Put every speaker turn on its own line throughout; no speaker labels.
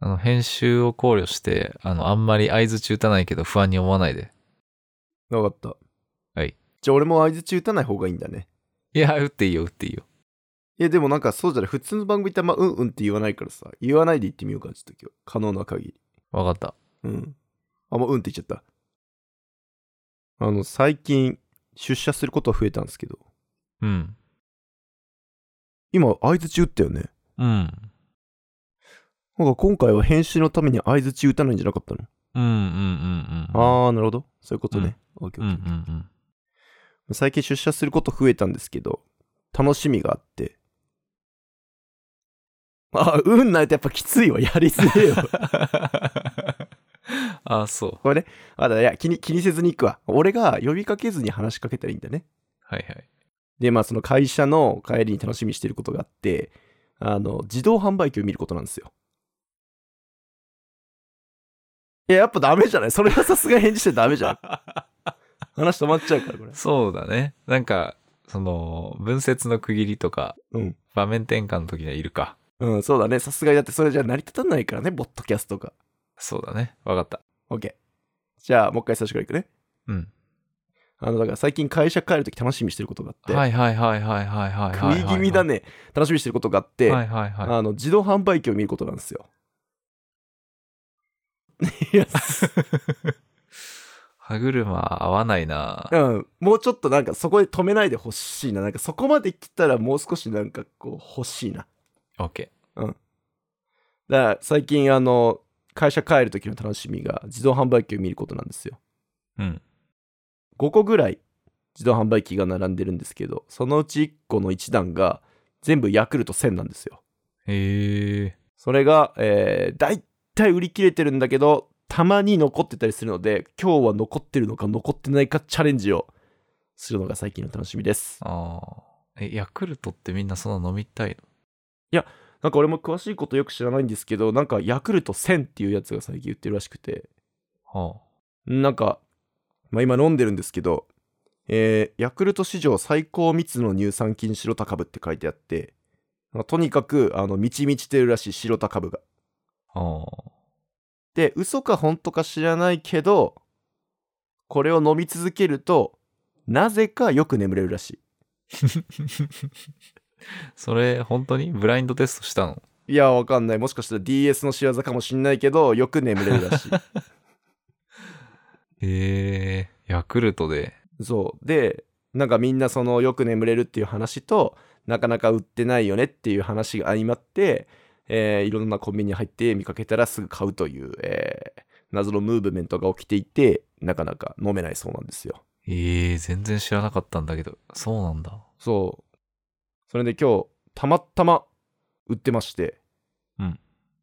あの、編集を考慮して、あの、あんまり合図中打たないけど不安に思わないで。
わかった。
はい。
じゃあ俺も合図中打たない方がいいんだね。
いや、打っていいよ、打っていいよ。
いやでもなんかそうじゃない。普通の番組ってあんまうんうんって言わないからさ。言わないで言ってみようか、ちょっと今日。可能な限り。
わかった。
うん。あ、もううんって言っちゃった。あの、最近、出社することは増えたんですけど、
うん。
今、相槌打ったよね。
うん。
なんか今回は編集のために相槌打たないんじゃなかったの、
うんうんうんうん。
あー、なるほど。そういうことね。オッケー
う
オ
んう
ッ
ん
ケ
う
ー
ん。
最近出社すること増えたんですけど、楽しみがあって。あ、うんないとやっぱきついわ。やりすぎよ。
ああ、そう。
あ、だいや気に、気にせずに行くわ。俺が呼びかけずに話しかけたらいいんだね。
はいはい。
で、まあ、その会社の帰りに楽しみにしてることがあって、あの、自動販売機を見ることなんですよ。いや、やっぱダメじゃないそれはさすがに返事してダメじゃ ん。話止まっちゃうから、これ。
そうだね。なんか、その、文節の区切りとか、
うん。
場面転換の時にはいるか。
うん、そうだね。さすがにだってそれじゃ成り立たないからね、ボットキャストが。
そうだね。わかった。
OK。じゃあ、もう一回最初からいくね。
うん。
あの、だから最近会社帰るとき楽しみにしてることがあって、
はいはいはいはいはいはいはいはいはい。
食い気味だね。楽しみにしてることがあって、
はいはいはい。
あの、自動販売機を見ることなんですよ。いや、
歯車合わないな
うん、もうちょっとなんかそこで止めないでほしいな。なんかそこまで来たらもう少しなんかこう欲しいな。
オッケ
だから最近あの、会社帰る時の楽しみが自動販売機を見ることなんですよ。
ー。うん。
5個ぐらい自動販売機が並んでるんですけど、そのうち1個の1段が全部ヤクルト1000なんですよ。
へえ。
それが、えー、だいたい売り切れてるんだけど、たまに残ってたりするので、今日は残ってるのか残ってないかチャレンジをするのが最近の楽しみです。
ああ。え、ヤクルトってみんなそんな飲みたいの
なんか俺も詳しいことよく知らないんですけど、なんかヤクルト1000っていうやつが最近売ってるらしくて、
は
なんか、まあ今飲んでるんですけど、えーヤクルト史上最高密度の乳酸菌白タ株って書いてあって、まあとにかく、あの、満ち満ちてるらしい白タ株が。
あ。はあ。
で、嘘か本当か知らないけど、これを飲み続けると、なぜかよく眠れるらしい。
それ、本当にブラインドテストしたの
いや、わかんない。もしかしたら DS の仕業かもしんないけど、よく眠れるらしい。
へえ。ヤクルトで。
そうでなんかみんなそのよく眠れるっていう話となかなか売ってないよねっていう話が相まって、えーいろんなコンビニに入って見かけたらすぐ買うという、えー謎のムーブメントが起きていてなかなか飲めないそうなんですよ
ええ全然知らなかったんだけど。そうなんだ。
そうそれで今日たまたま売ってまして、
うん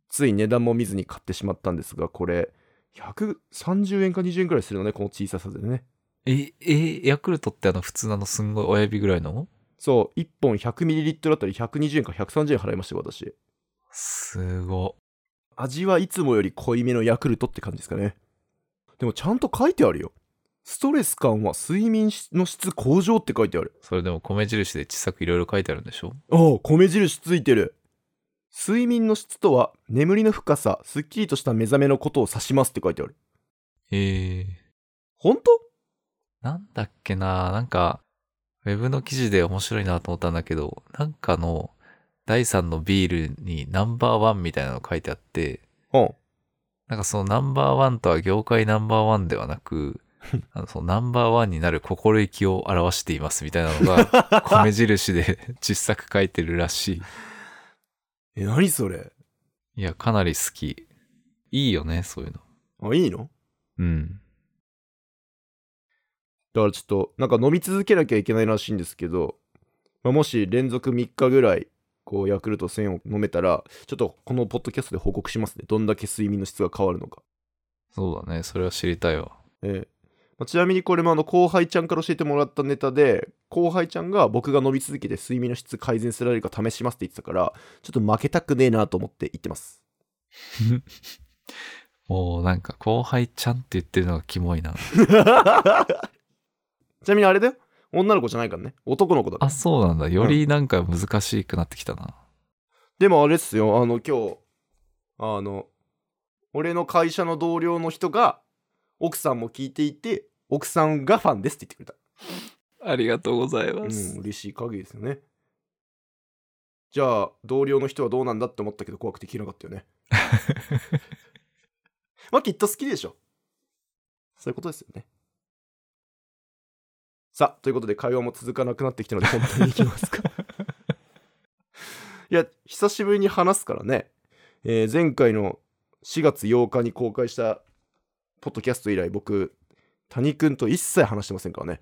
つい値段も見ずに買ってしまったんですがこれ130円か20円くらいするのねこの小ささでね
え、え、ヤクルトってあの普通なのすんごい親指ぐらいの
そう1本 100ml あたり120円か130円払いましたよ私
すご。
味はいつもより濃いめのヤクルトって感じですかねでもちゃんと書いてあるよストレス感は睡眠の質向上って書いてある
それでも米印で小さくいろいろ書いてあるんでしょ
ああ米印ついてる睡眠の質とは眠りの深さすっきりとした目覚めのことを指しますって書いてある
ええ
本当
なんだっけななんか、ウェブの記事で面白いなと思ったんだけど、なんかの第3のビールにナンバーワンみたいなの書いてあって、
うん
なんかそのナンバーワンとは業界ナンバーワンではなく、あのそのナンバーワンになる心意気を表していますみたいなのが、米印で 小さく書いてるらし
え何それ
い。いや、かなり好き。いいよね、そういうの。
あいいの
うん。
だからちょっとなんか飲み続けなきゃいけないらしいんですけど、まあ、もし連続3日ぐらいこうヤクルト1000を飲めたらちょっとこのポッドキャストで報告しますねどんだけ睡眠の質が変わるのか
そうだね、それは知りたいわ。
ええまあちなみにこれもあの後輩ちゃんから教えてもらったネタで後輩ちゃんが僕が伸び続けて睡眠の質改善せられるか試しますって言ってたからちょっと負けたくねえなと思って言ってます
もうなんか後輩ちゃんって言ってるのがキモいな。
ちなみにあれだよ女の子じゃないからね男の子だから
あ、そうなんだ。よりなんか難しくなってきたな。
でもあれっすよ、あの、今日、あの、俺の会社の同僚の人が、奥さんも聞いていて、奥さんがファンですって言ってく
ありがとうござい
れ
ま
た。
す。
うん、嬉しい限りですよね。じゃあ、同僚の人はどうなんだって思ったけど、怖くて聞けなかったよ ね。まあ、きっと好きでしょ。そういうことですよね。さあ、ということで会話も続かなくなってきたので、本当に行きます か。いや、久しぶりに話すからね、えー前回の4月8日に公開したポッドキャスト以来、僕、谷くんと一切話してませんからね。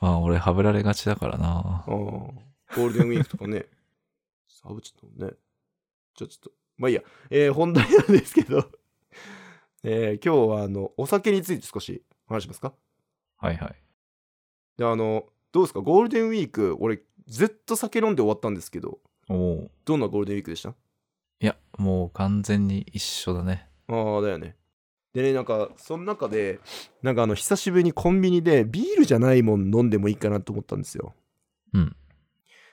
まあ俺、はぶられがちだからな
あ。ーゴールデンウィークとかね。サブちょっとね。じゃあちょっと、まあいいや、えー本題なんですけど、 えー今日はあの、お酒について少し話しますか
はいはい。
で、あの、どうですかゴールデンウィーク、俺、ずっと酒飲んで終わったんですけど、
おお。
どんなゴールデンウィークでした
いや、もう完全に一緒だね。
ああだよねでねなんかその中でなんかあの久しぶりにコンビニでビールじゃないもん飲んでもいいかなと思ったんですよ
うん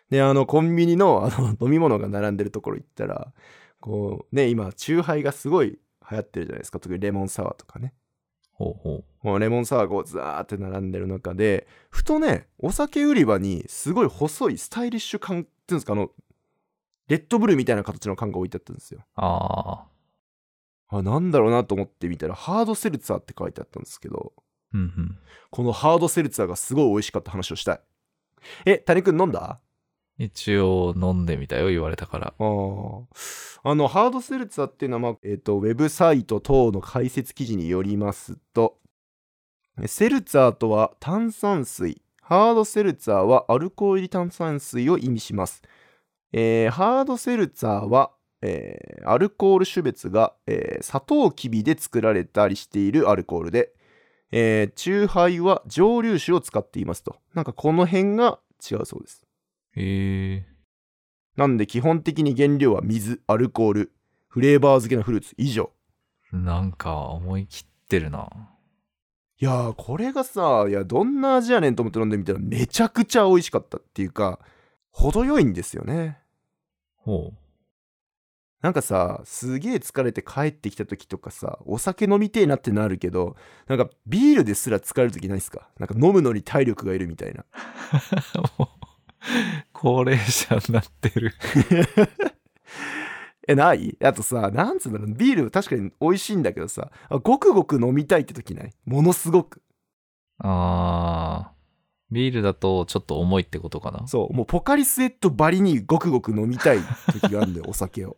であのコンビニのあの飲み物が並んでるところ行ったらこうね今チューハイがすごい流行ってるじゃないですか特にレモンサワーとかね
ほうほう。
もうレモンサワーがこうザーって並んでる中でふとねお酒売り場にすごい細いスタイリッシュ缶っていうんですかあのレッドブルみたいな形の缶が置いてあったんですよ
ああ。
あ、なんだろうなと思ってみたら、ハードセルツァーって書いてあったんですけど、
うんうん。
このハードセルツァーがすごい美味しかった話をしたい。え、谷くん飲んだ
一応飲んでみたよ、言われたから。
あーあの、ハードセルツァーっていうのは、まあ、えっ、と、ウェブサイト等の解説記事によりますと、えセルツァーとは炭酸水、ハードセルツァーはアルコール入り炭酸水を意味します。えーハードセルツァーは、えーアルコール種別が、えーサトウキビで作られたりしているアルコールで、えー、チューハイは蒸留酒を使っていますと。なんかこの辺が違うそうです。
へえ。
なんで基本的に原料は水、アルコール、フレーバー漬けのフルーツ以上。
なんか思い切ってるな。
いやーこれがさ、いやどんな味やねんと思って飲んでみたらめちゃくちゃ美味しかったっていうか、程よいんですよね。
ほう。
なんかさ、すげえ疲れて帰ってきた時とかさ、お酒飲みてえなってなるけど、なんかビールですら疲れる時ないっすかなんか飲むのに体力がいるみたいな。
もう、高齢者になってる。
え、ないあとさ、なんつうんだろう、ビール確かに美味しいんだけどさ、あごくごく飲みたいって時ないものすごく。
ああ。ビールだとちょっと重いってことかな。
そう、もうポカリスエットばりにごくごく飲みたい時があるんだよ、お酒を。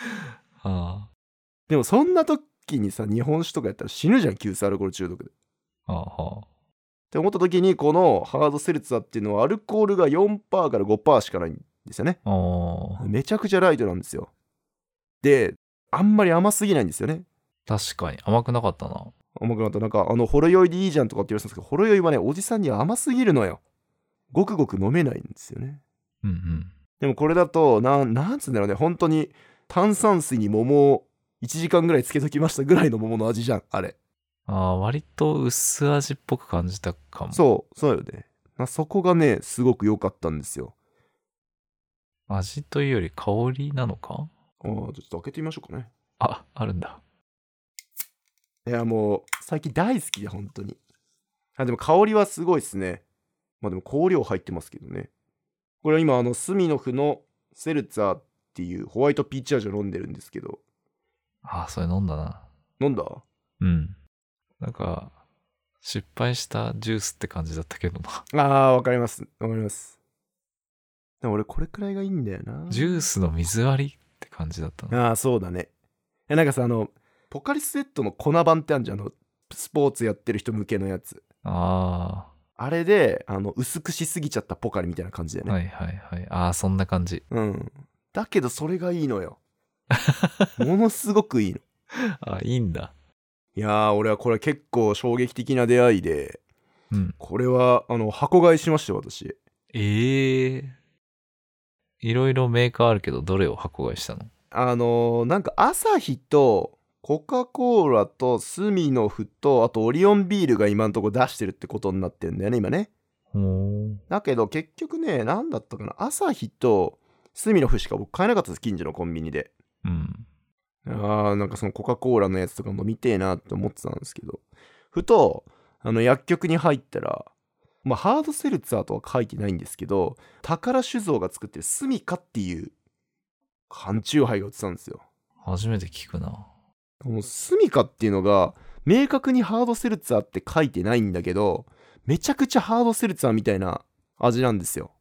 あ
でもそんな時にさ、日本酒とかやったら死ぬじゃん、急性アルコール中毒で。っ
あ。ああ。
て思った時に、このハードセルツァーっていうのはアルコールが4%から5%しかないんですよね。
ああ。
めちゃくちゃライトなんですよ。で、あんまり甘すぎないんですよね。
確かに。甘くなかったな。
甘くなったなんか、あの、ほろ酔いでいいじゃんとかって言われてたんですけど、ほろ酔いはね、おじさんには甘すぎるのよ。ごくごく飲めないんですよね。
うんうん。
でもこれだとなんなんつうんだろうね本当に炭酸水に桃を1時間ぐらいつけときましたぐらいの桃の味じゃんあれ
ああ、割と薄味っぽく感じたかも。
そうそうよねなそこがねすごく良かったんですよ
味というより香りなのか
ああちょっと開けてみましょうかね
あ、あるんだ。
いやもう最近大好きで本当にあでも香りはすごいっすねまあでも香料入ってますけどねこれは今あのスミノフのセルツァーっていうホワイトピーチ味を飲んでるんですけど
ああ、それ飲んだな。
飲んだ
うん。なんか、失敗したジュースって感じだったけどな。
あーわかりますわかりますでも俺これくらいがいいんだよな
ジュースの水割りって感じだったな。
ああそうだねえなんかさあのポカリスエットの粉版ってあるじゃんあのスポーツやってる人向けのやつ
あ
あれであの薄くしすぎちゃったポカリみたいな感じだよ
あ、
ね、
はいはいはい。ああ、そんな感じ。
うんだけどそれがいいのよ ものすごくいいの
あいいんだ。
いやー俺はこれ結構衝撃的な出会いで
うん。
これはあの箱買いしましたよ私
ええいろいろメーカーあるけど、どれを箱買いしたの
あのーなんかアサヒとコカ・コーラとスミノフとあとオリオンビールが今のところ出してるってことになってるんだよね今ね
ほう。
だけど結局ね、何だったかな、朝日とスミノフしか僕買えなかったです近所のコンビニで
うん。
あーなんかそのコカ・コーラのやつとか飲みてえなって思ってたんですけどふとあの薬局に入ったらまあハードセルツァーとは書いてないんですけど宝酒造が作ってるスミカっていう缶酎ハイが売ってたんですよ
初めて聞くな。
このスミカっていうのが明確にハードセルツァーって書いてないんだけどめちゃくちゃハードセルツァーみたいな味なんですよ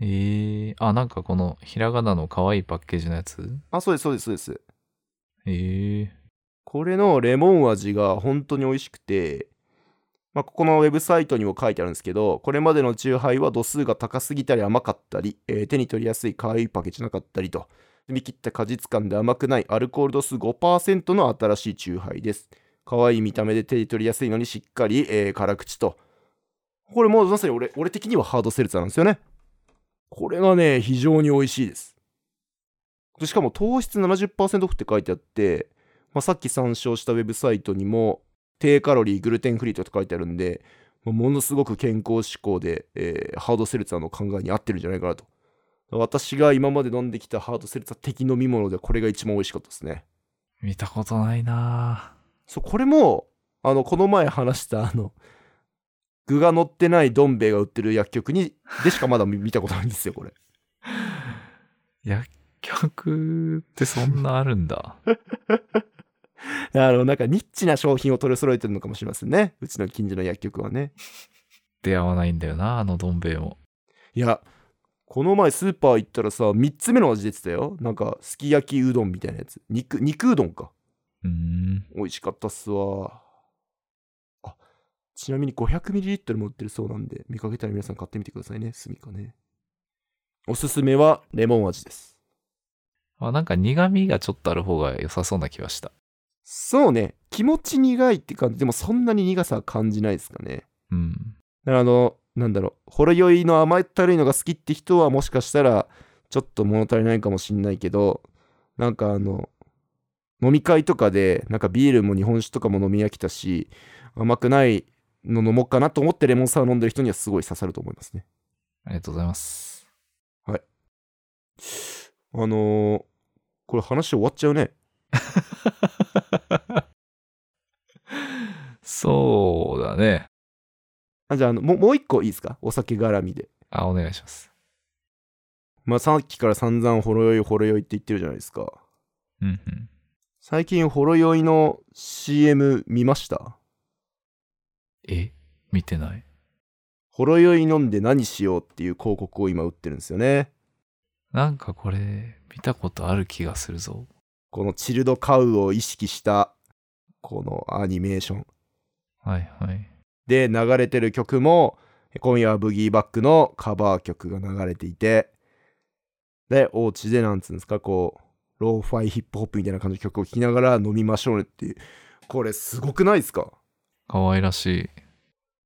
ええあ、なんかこのひらがなの可愛いパッケージのやつ
あそうですそうですそうです
ええ
これのレモン味が本当に美味しくて、まあ、ここのウェブサイトにも書いてあるんですけど、これまでのチューハイは度数が高すぎたり甘かったり、えー手に取りやすい可愛いパッケージなかったりと、見切った果実感で甘くないアルコール度数5%の新しいチューハイです。可愛い見た目で手に取りやすいのにしっかり、えー辛口と。これもうまさに俺俺的にはハードセルツァーなんですよね。これがね、非常に美味しいです。しかも糖質70%オフって書いてあって、まあ、さっき参照したウェブサイトにも低カロリーグルテンフリーと書いてあるんで、まあものすごく健康志向で、えーハードセルツァーの考えに合ってるんじゃないかなと私が今まで飲んできたハードセルツァー的飲み物でこれが一番美味しかったですね
見たことないな
そうこれもあのこの前話したあの具が乗ってないどん兵衛が売ってる薬局にでしかまだ見 見たことないんですよこれ
薬局ってそんなあるんだ。
あのなんかニッチな商品を取り揃えてるのかもしれませんねうちの近所の薬局はね
出会わないんだよな、あのどん兵衛も。
いやこの前スーパー行ったらさ3つ目の味出てたよなんかすき焼きうどんみたいなやつ肉肉うどんか
うーん。
美味しかったっすわあちなみに 500ml も売ってるそうなんで見かけたら皆さん買ってみてくださいねスミカねおすすめはレモン味です
あなんか苦味がちょっとある方が良さそうな気はした。
そうね気持ち苦いって感じでもそんなに苦さは感じないですかね
うん。
だからあのなんだろうほろ酔いの甘ったるいのが好きって人はもしかしたらちょっと物足りないかもしんないけどなんかあの飲み会とかでなんかビールも日本酒とかも飲み飽きたし甘くないの飲もうかなと思ってレモンサワー飲んでる人にはすごい刺さると思いますね
ありがとうございます。
あのーこれ話終わっちゃうね
そうだね。
あじゃああのもうもう一個いいですかお酒絡みで
あ、お願いします。
まあさっきから散々ほろ酔いほろ酔いって言ってるじゃないですか
うんうん。
最近ほろ酔いの CM 見ました
え見てない。
ほろ酔い飲んで何しようっていう広告を今売ってるんですよね。
なんかこれ、見たことある気がするぞ。
このチルドカウを意識した、このアニメーション。
はいはい。
で、流れてる曲も、今夜はブギーバックのカバー曲が流れていて、で、お家でなんつうんですか、こう、ローファイヒップホップみたいな感じの曲を聴きながら飲みましょうねっていう。これすごくないですか
可愛らしい。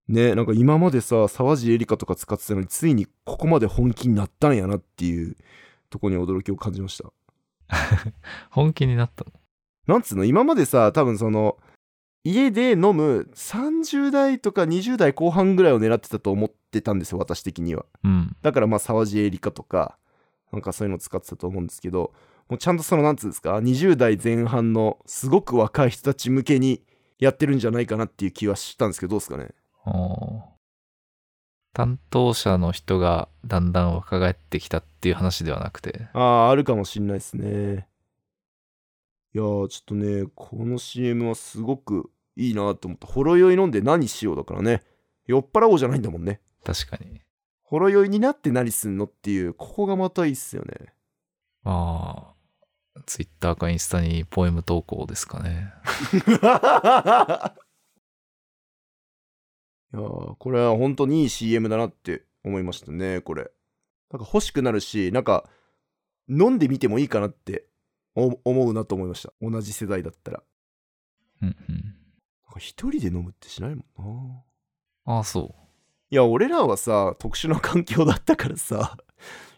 ね、なんか今までさ、沢尻エリカとか使ってたのに、ついにここまで本気になったんやなっていうとこに驚きを感じました。
本気になったの。
なんつうの今までさ多分その家で飲む30代とか20代後半ぐらいを狙ってたと思ってたんですよ私的には
うん。
だからまあ沢尻エリカとかなんかそういうの使ってたと思うんですけどもうちゃんとそのなんつうんですか20代前半のすごく若い人たち向けにやってるんじゃないかなっていう気はしたんですけどどうですかね
おー担当者の人がだんだん若返ってきたっていう話ではなくて。
ああ、あるかもしんないですね。いやー、ちょっとね、この CM はすごくいいなと思った。ほろ酔い飲んで何しようだからね。酔っ払おうじゃないんだもんね。
確かに。
ほろ酔いになって何すんのっていう、ここがまたいいっすよね。
まあ、ツイッターかインスタにポエム投稿ですかね。
いやー、これは本当にいい CM だなって思いましたね、これ。なんか欲しくなるし、なんか飲んでみてもいいかなってお思うなと思いました。同じ世代だったら。
うんうん。
なんか一人で飲むってしないもんな。
ああ、そ
いや、俺らはさ、特殊な環境だったからさ、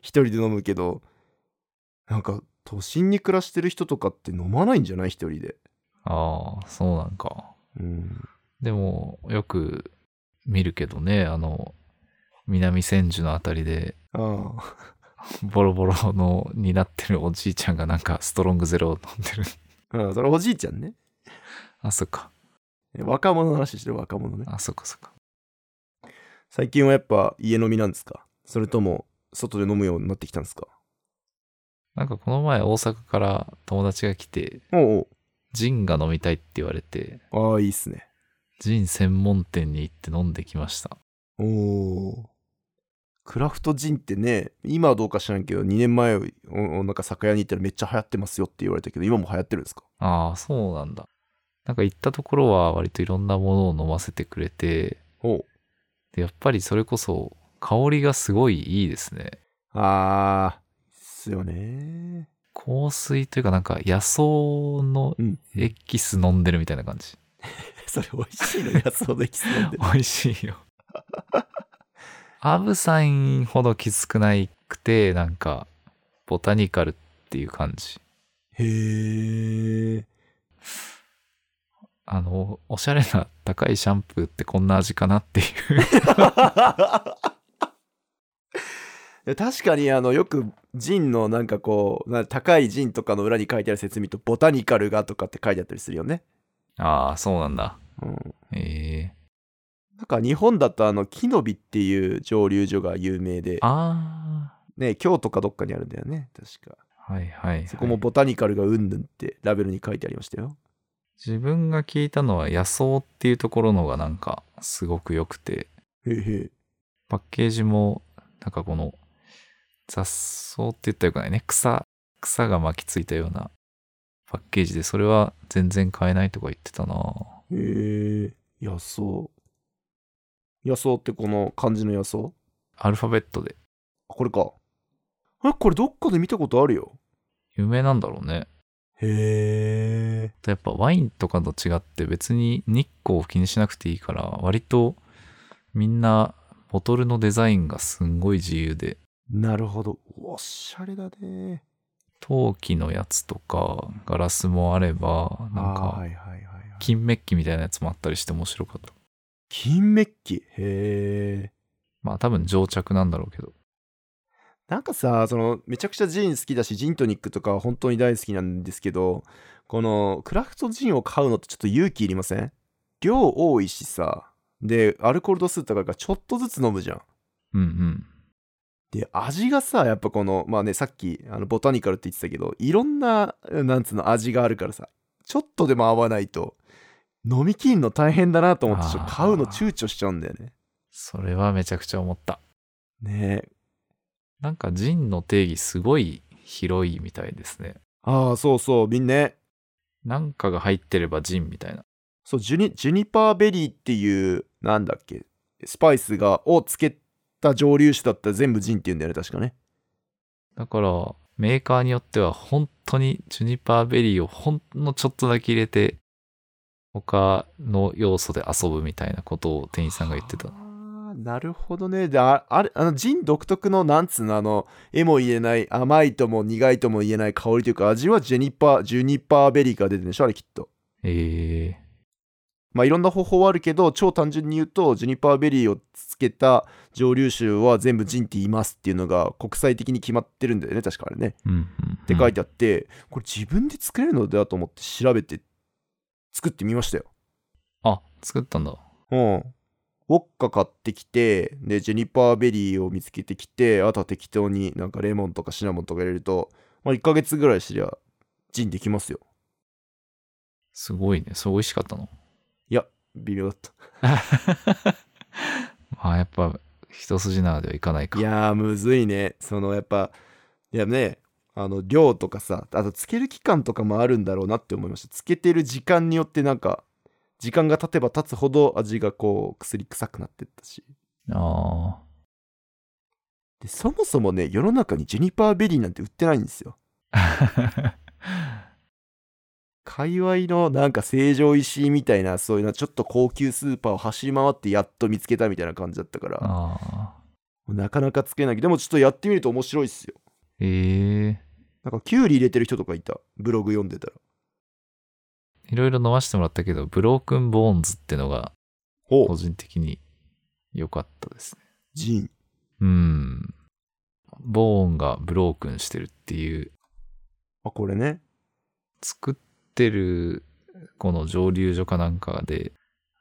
一人で飲むけど、なんか、都心に暮らしてる人とかって飲まないんじゃない一人で。
う。ああ、そうなんか。
うん。
でも、よく見るけどね、あの、南千住のあたりで、
ああ。
ボロボロのになってるおじいちゃんがなんかストロングゼロを飲んでる。
うん、それおじいちゃんね。
あ、そっか。
え若者の話してる若者ね。
あ、そっかそっか。
最近はやっぱ家飲みなんですかそれとも外で飲むようになってきたんですか
なんかこの前大阪から友達が来て、
おう
ジンが飲みたいって言われて、
おうああ、いいっすね。
ジン専門店に行って飲んできました。
おお。クラフトジンってね、今はどうか知らんけど、2年前、おなんか酒屋に行ったらめっちゃ流行ってますよって言われたけど、今も流行ってるんですか
ああ、そうなんだ。なんか行ったところは割といろんなものを飲ませてくれて、
おう
でやっぱりそれこそ香りがすごいいいですね。
ああ、いいっすよね。
香水というかなんか野草の
うん
エキス飲んでるみたいな感じ。
それ美味しいのやつほどエキス 飲んで
美味しいよ。アブサインほどきつくないくて、なんか、ボタニカルっていう感じ。
へえ。
あの、おしゃれな高いシャンプーってこんな味かなっていう。
確かにあのよくジンのなんかこうな高いジンとかの裏に書いてある説明とボタニカルがとかって書いてあったりするよね。
ああ、そうなんだ。
うん、
ええ
なんか日本だとあの木の実っていう蒸留所が有名で、
あ
ね、京都かどっかにあるんだよね確か。
あ、はいはい、はい。
そこもボタニカルがうんぬんってラベルに書いてありましたよ。
自分が聞いたのは野草っていうところのがなんかすごく良くて、
へへ
パッケージもなんかこの雑草って言ったらよくないね。草、草が巻きついたようなパッケージで、それは全然買えないとか言ってたなぁ
へえ野草。野草ってこの漢字の野草
アルファベットで。
あこれか。えこれどっかで見たことあるよ。
有名なんだろうね。
へえ。
やっぱワインとかと違って別に日光を気にしなくていいから、割とみんなボトルのデザインがすんごい自由で、
なるほど。おしゃれだね。
陶器のやつとかガラスもあれば、なん
あー
か
はいはいはい、はい。
金メッキみたいなやつもあったりして面白かった。
金メッキ。へえ。
まあ多分定着なんだろうけど。
なんかさ、その、めちゃくちゃジン好きだし、ジントニックとか本当に大好きなんですけど、この、クラフトジンを買うのってちょっと勇気いりません量多いしさ。で、アルコール度数高いからちょっとずつ飲むじゃん。
うんうん。
で味がさやっぱこのまあねさっきあのボタニカルって言ってたけどいろんななんつうの味があるからさちょっとでも合わないと飲みきんの大変だなと思ってちょっと
あー
買うの躊躇しちゃうんだよね。
それはめちゃくちゃ思った。
ねえ
なんかジンの定義すごい広いみたいですね。
ああそうそうみんなね
なんかが入ってればジンみたいな。
そうジュニジュニパーベリーっていうなんだっけスパイスがをつけた蒸留酒だったら全部ジンって言うんだよね確かね。
だからメーカーによっては本当にジュニパーベリーをほんのちょっとだけ入れて他の要素で遊ぶみたいなことを店員さんが言ってた
あ。ーなるほどね。で、ああれ、あの、ジン独特の、なんつうの、あの、絵も言えない、甘いとも苦いとも言えない香りというか、味はジェニパー、ジュニパーベリーから出てるんでしょ、あれきっと。
ええ
まあ、いろんな方法はあるけど、超単純に言うと、ジュニパーベリーをつけた蒸留酒は全部ジンって言いますっていうのが、国際的に決まってるんだよね、確かあれね。
うんうんうん。
って書い
て
てあって、これ自分で作れるのではと思って調べて、作ってみましたよ。
あ、作ったんだ。
うん。ウォッカ買ってきて、で、ジェニパーベリーを見つけてきて、あとは適当になんかレモンとかシナモンとか入れると、まあ1ヶ月ぐらいすりゃ、ジンできますよ。
すごいね。それ美味しかったの。
いや、微妙だっ
まあやっぱ一筋縄ではいかない
た。
か。
いやー、むずいね。その、やっぱ、いやね、あの、量とかさ、あと、つける期間とかもあるんだろうなって思いました。つけてる時間によってなんか、時間が経てば経つほど味がこう、薬臭くなってったし。
あ
で、そもそもね、世の中にジェニパーベリーなんて売ってないんですよ。
あ。
界隈のなんか成城石井みたいなそういうのちょっと高級スーパーを走り回ってやっと見つけたみたいな感じだったからも
あ あ。
うなかなかつけないけどでもちょっとやってみると面白いっすよ
ええ
なんかキュウリ入れてる人とかいたブログ読んでたら
いろいろ飲ませてもらったけど、ブロークンボーンズってのが
ほ
個人的に良かったですね。
ジン
うん。ボーンがブロークンしてるっていう、
あ、これね。
作ってるこの蒸留所かなんかで、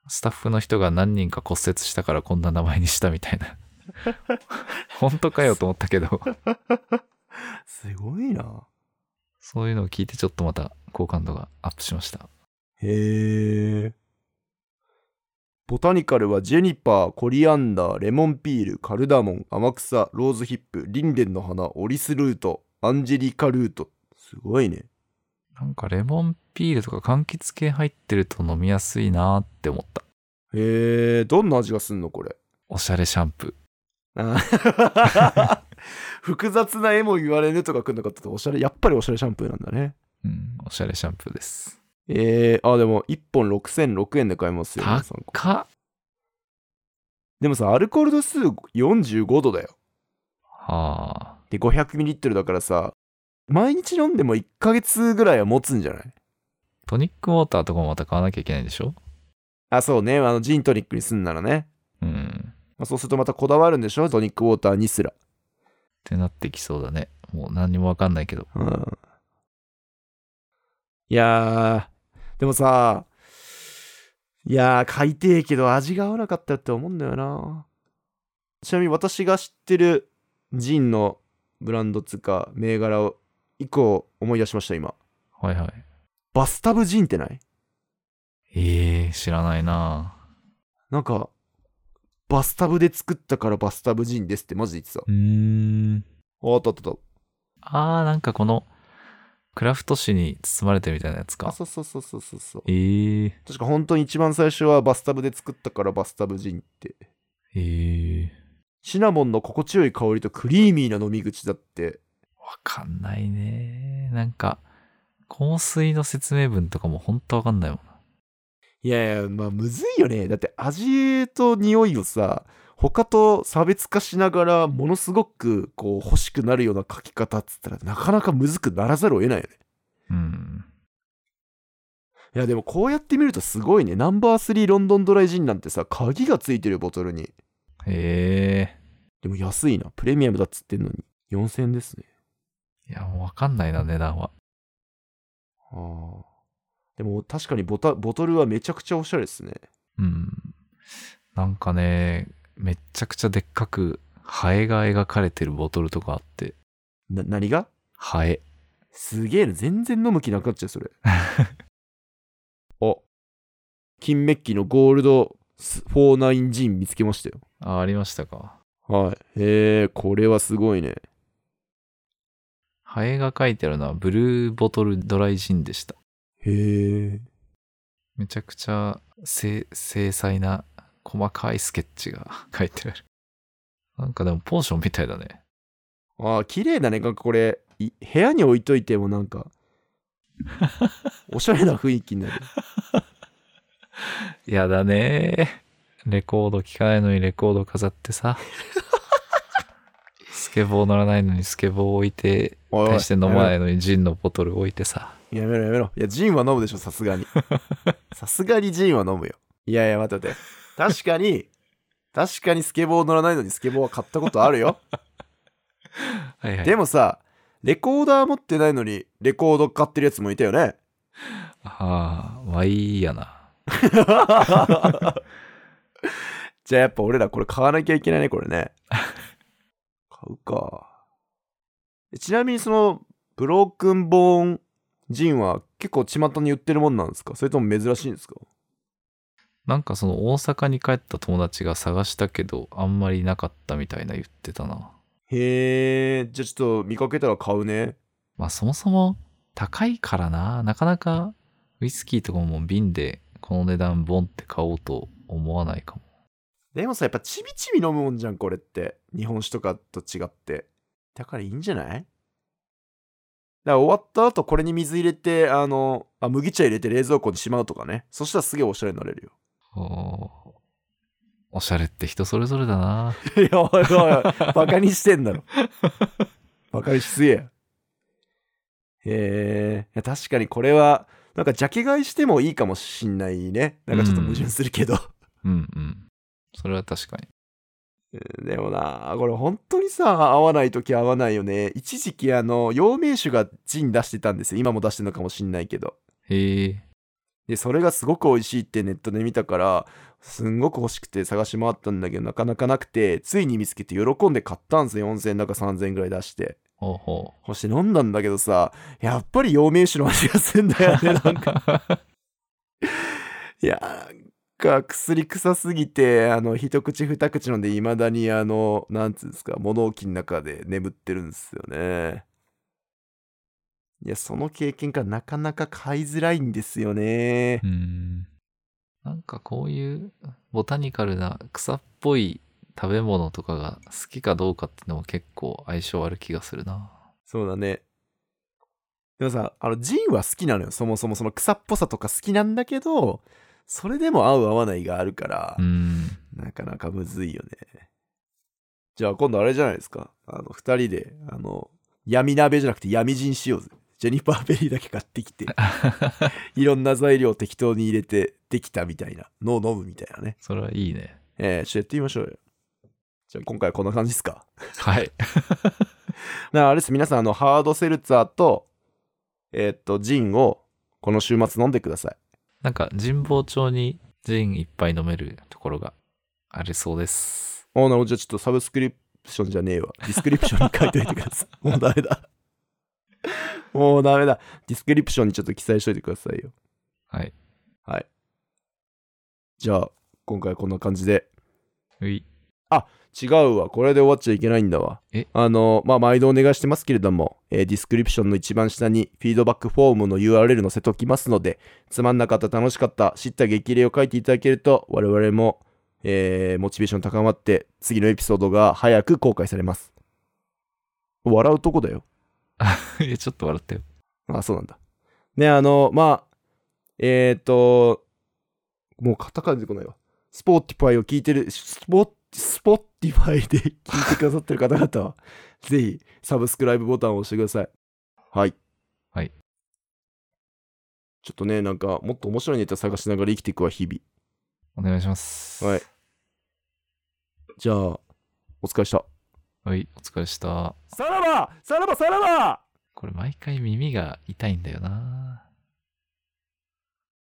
スタッフの人が何人か骨折したからこんな名前にしたみたいな。本当かよと思ったけど、
すごいな。
そういうのを聞いてちょっとまた好感度がアップしました。
へえ。ボタニカルはジェニパー、コリアンダー、レモンピール、カルダモン、天草、ローズヒップ、リンデンの花、オリスルート、アンジェリカルート。すごいね。
なんかレモンピールとか柑橘系入ってると飲みやすいなーって思った。
へえ、どんな味がすんのこれ。
おしゃれシャンプー。
あ複雑な絵も言われぬとかくんのかっておしゃれ、やっぱりおしゃれシャンプーなんだね。
うん、おしゃれシャンプーです。
えー、あ、でも1本6006円で買えますよ、
高っ
皆さん
か
でもさ、アルコール度数45度だよ。
はあ。
で 500ml だからさ毎日飲んでも1ヶ月ぐらいは持つんじゃない
トニックウォーターとかもまた買わなきゃいけないんでしょ
あそうねあのジントニックにすんならね、
うん。
まあ、そうするとまたこだわるんでしょトニックウォーターにすら
ってなってきそうだね。もう何にもわかんないけど。
うんいやーでもさいやー買いてえけど味が合わなかったって思うんだよなちなみに私が知ってるジンのブランドつうか銘柄を1個思い出しました今
はいはい。
バスタブジンってない
ええ知らないな
なんか、バスタブで作ったからバスタブジンですってマジで言ってた。
うーん。
ああったあったあっ
あー、なんかこの、クラフト紙に包まれてるみたいなやつ
た。あ、
か。
そうそうそうそうそうそう。
えー、え
確か本当に一番最初はバスタブで作ったからバスタブジンって。
ー、
シナモンの心地よい香りとクリーミーな飲み口だって。
わかんないねなんか、香水の説明文とかもほんとわかんないもんな。
いやいや、まあむずいよね。だって味と匂いをさ、他と差別化しながらものすごくこう欲しくなるような書き方っつったらなかなかむずくならざるを得ないよね。
うん。
いやでもこうやって見るとすごいね。ナンバー3ロンドンドライジンなんてさ、鍵がついてるボトルに。
え
でも安いな。プレミアムだっつってんのに。4000円ですね。
ー、いや、もうわかんないな、値段は。
ああ。でも確かにボタボトルはめちゃくちゃおしゃれですね。
うん。なんかね、めっちゃくちゃでっかく、ハエが描かれてるボトルとかあって、
な、何が
ハエ。
すげえな。全然飲む気なくなっちゃ う、それ。あ。金メッキのゴールドス49ジン見つけましたよ。
あ、ありましたか。
はい。へえ、これはすごいね。
ハエが書いてあるのはブルーボトルドライジンでした。
へえ。
めちゃくちゃ精精細な細かいスケッチが 書いてある。なんかでもポーションみたいだね。
ああ、綺麗だね。なんかこれ、い部屋に置いといてもなん か、おしゃれな雰囲気になる。
やだねレコード聴かないのにレコード飾って さ。スケボー乗らないのにスケボー置いて、
おいおい
大して飲まないのにジンのボトル置いてさ。
やめろやめろ。いや、ジンは飲むでしょ、さす がに。さすがにジンは飲むよ。いやいや、待って待って。確かに、確かにスケボー乗らないのにスケボーは買ったことある よ。
はいはい。
でもさ、レコーダー持ってないのにレコード買ってるやつもいたよ ね。
ああ、ワイやな。
じゃあやっぱ俺らこれ買わなきゃいけないね、これね。買うか。ちなみにその、ブロークンボーンジンは結構巷に売ってるもんなんですかそれとも珍しいんですか
なんかその大阪に帰った友達が探したけど、あんまりなかったみたいな言ってたな。
へえ、じゃあちょっと見かけたら買うね。
まあそもそも高いからな、なかなかウイスキーとかも瓶でこの値段ボンって買おうと思わないかも。
でもさ、やっぱちびちび飲むもんじゃん、これって。日本酒とかと違って。だからいいんじゃないだから終わった後、これに水入れて、あの、あ麦茶入れて冷蔵庫にしまうとかね。そしたらすげえおしゃれになれるよ。
おおしゃれって人それぞれだな。
い や、おいおい、バカにしてんだろ。バカにしすぎや。へえ、いや確かにこれは、なんかジャケ買いしてもいいかもしんないね。なんかちょっと矛盾するけど。
うんうん。それは確かに。
うんでもなこれ本当にさ合わない時合わないよね一時期あの陽明酒がジン出してたんですよ今も出してるのかもしんないけど
へえ。
でそれがすごく美味しいってネットで見たからすんごく欲しくて探し回ったんだけどなかなかなくてついに見つけて喜んで買ったんですよ4000円だか3000円ぐらい出して
ほうほ
そして飲んだんだけどさやっぱり陽明酒の味がするんだよ
う。
ねなんかいやなんか薬臭すぎてあの一口二口飲んでいまだにあのなんつうんですか物置の中で眠ってるんですよねいやその経験がなかなか買いづらいんですよね
うーん。なんかこういうボタニカルな草っぽい食べ物とかが好きかどうかってのも結構相性ある気がするな。
そうだね。でもさ、あの、ジンは好きなのよ。そもそもその草っぽさとか好きなんだけど、それでも合う合わないがあるから
うー、ん。
なかなかむずいよね。じゃあ今度あれじゃないですか。あの、二人で、あの、闇鍋じゃなくて闇ジンしようぜ。ジェニファーベリーだけ買ってきて、いろんな材料を適当に入れてできたみたいなのを飲むみたいなね。
それはいいね。
えー、ちょっとやってみましょうよ。じゃあ今回はこんな感じですか。
はい。
だからあれです皆さんあのハードセルツァーとえーっとジンをこの週末飲んでください
なんか神保町にジン一杯飲めるところがありそうです。
おなるほどじゃあちょっとサブスクリプションじゃねえわディスクリプションに書いておいてくださいもうダメだもうダメだディスクリプションにちょっと記載しといてくださいよ
はい。
じゃあ今回はこんな感じで
うい。
違うわこれで終わっちゃいけないんだわ
え
あのまあ毎度お願いしてますけれども、えーディスクリプションの一番下にフィードバックフォームの URL 載せときますのでつまんなかった楽しかった知った激励を書いていただけると我々も、えーモチベーション高まって次のエピソードが早く公開されます笑うとこだよ
えちょっと笑ったよ。
あそうなんだねあのまあえっ、ともうカタカナ出てこないわスポーティファイを聞いてるスポスポティファイで 聞いてくださってる方々は ぜひサブスクライブボタンを押してくださいはい
はい
ちょっとねなんかもっと面白いネタ探しながら生きていくわ日々
お願いします。
はい。じゃあお疲れした
はい。お疲れした。
さらばさらばさらば
これ毎回耳が痛いんだよな。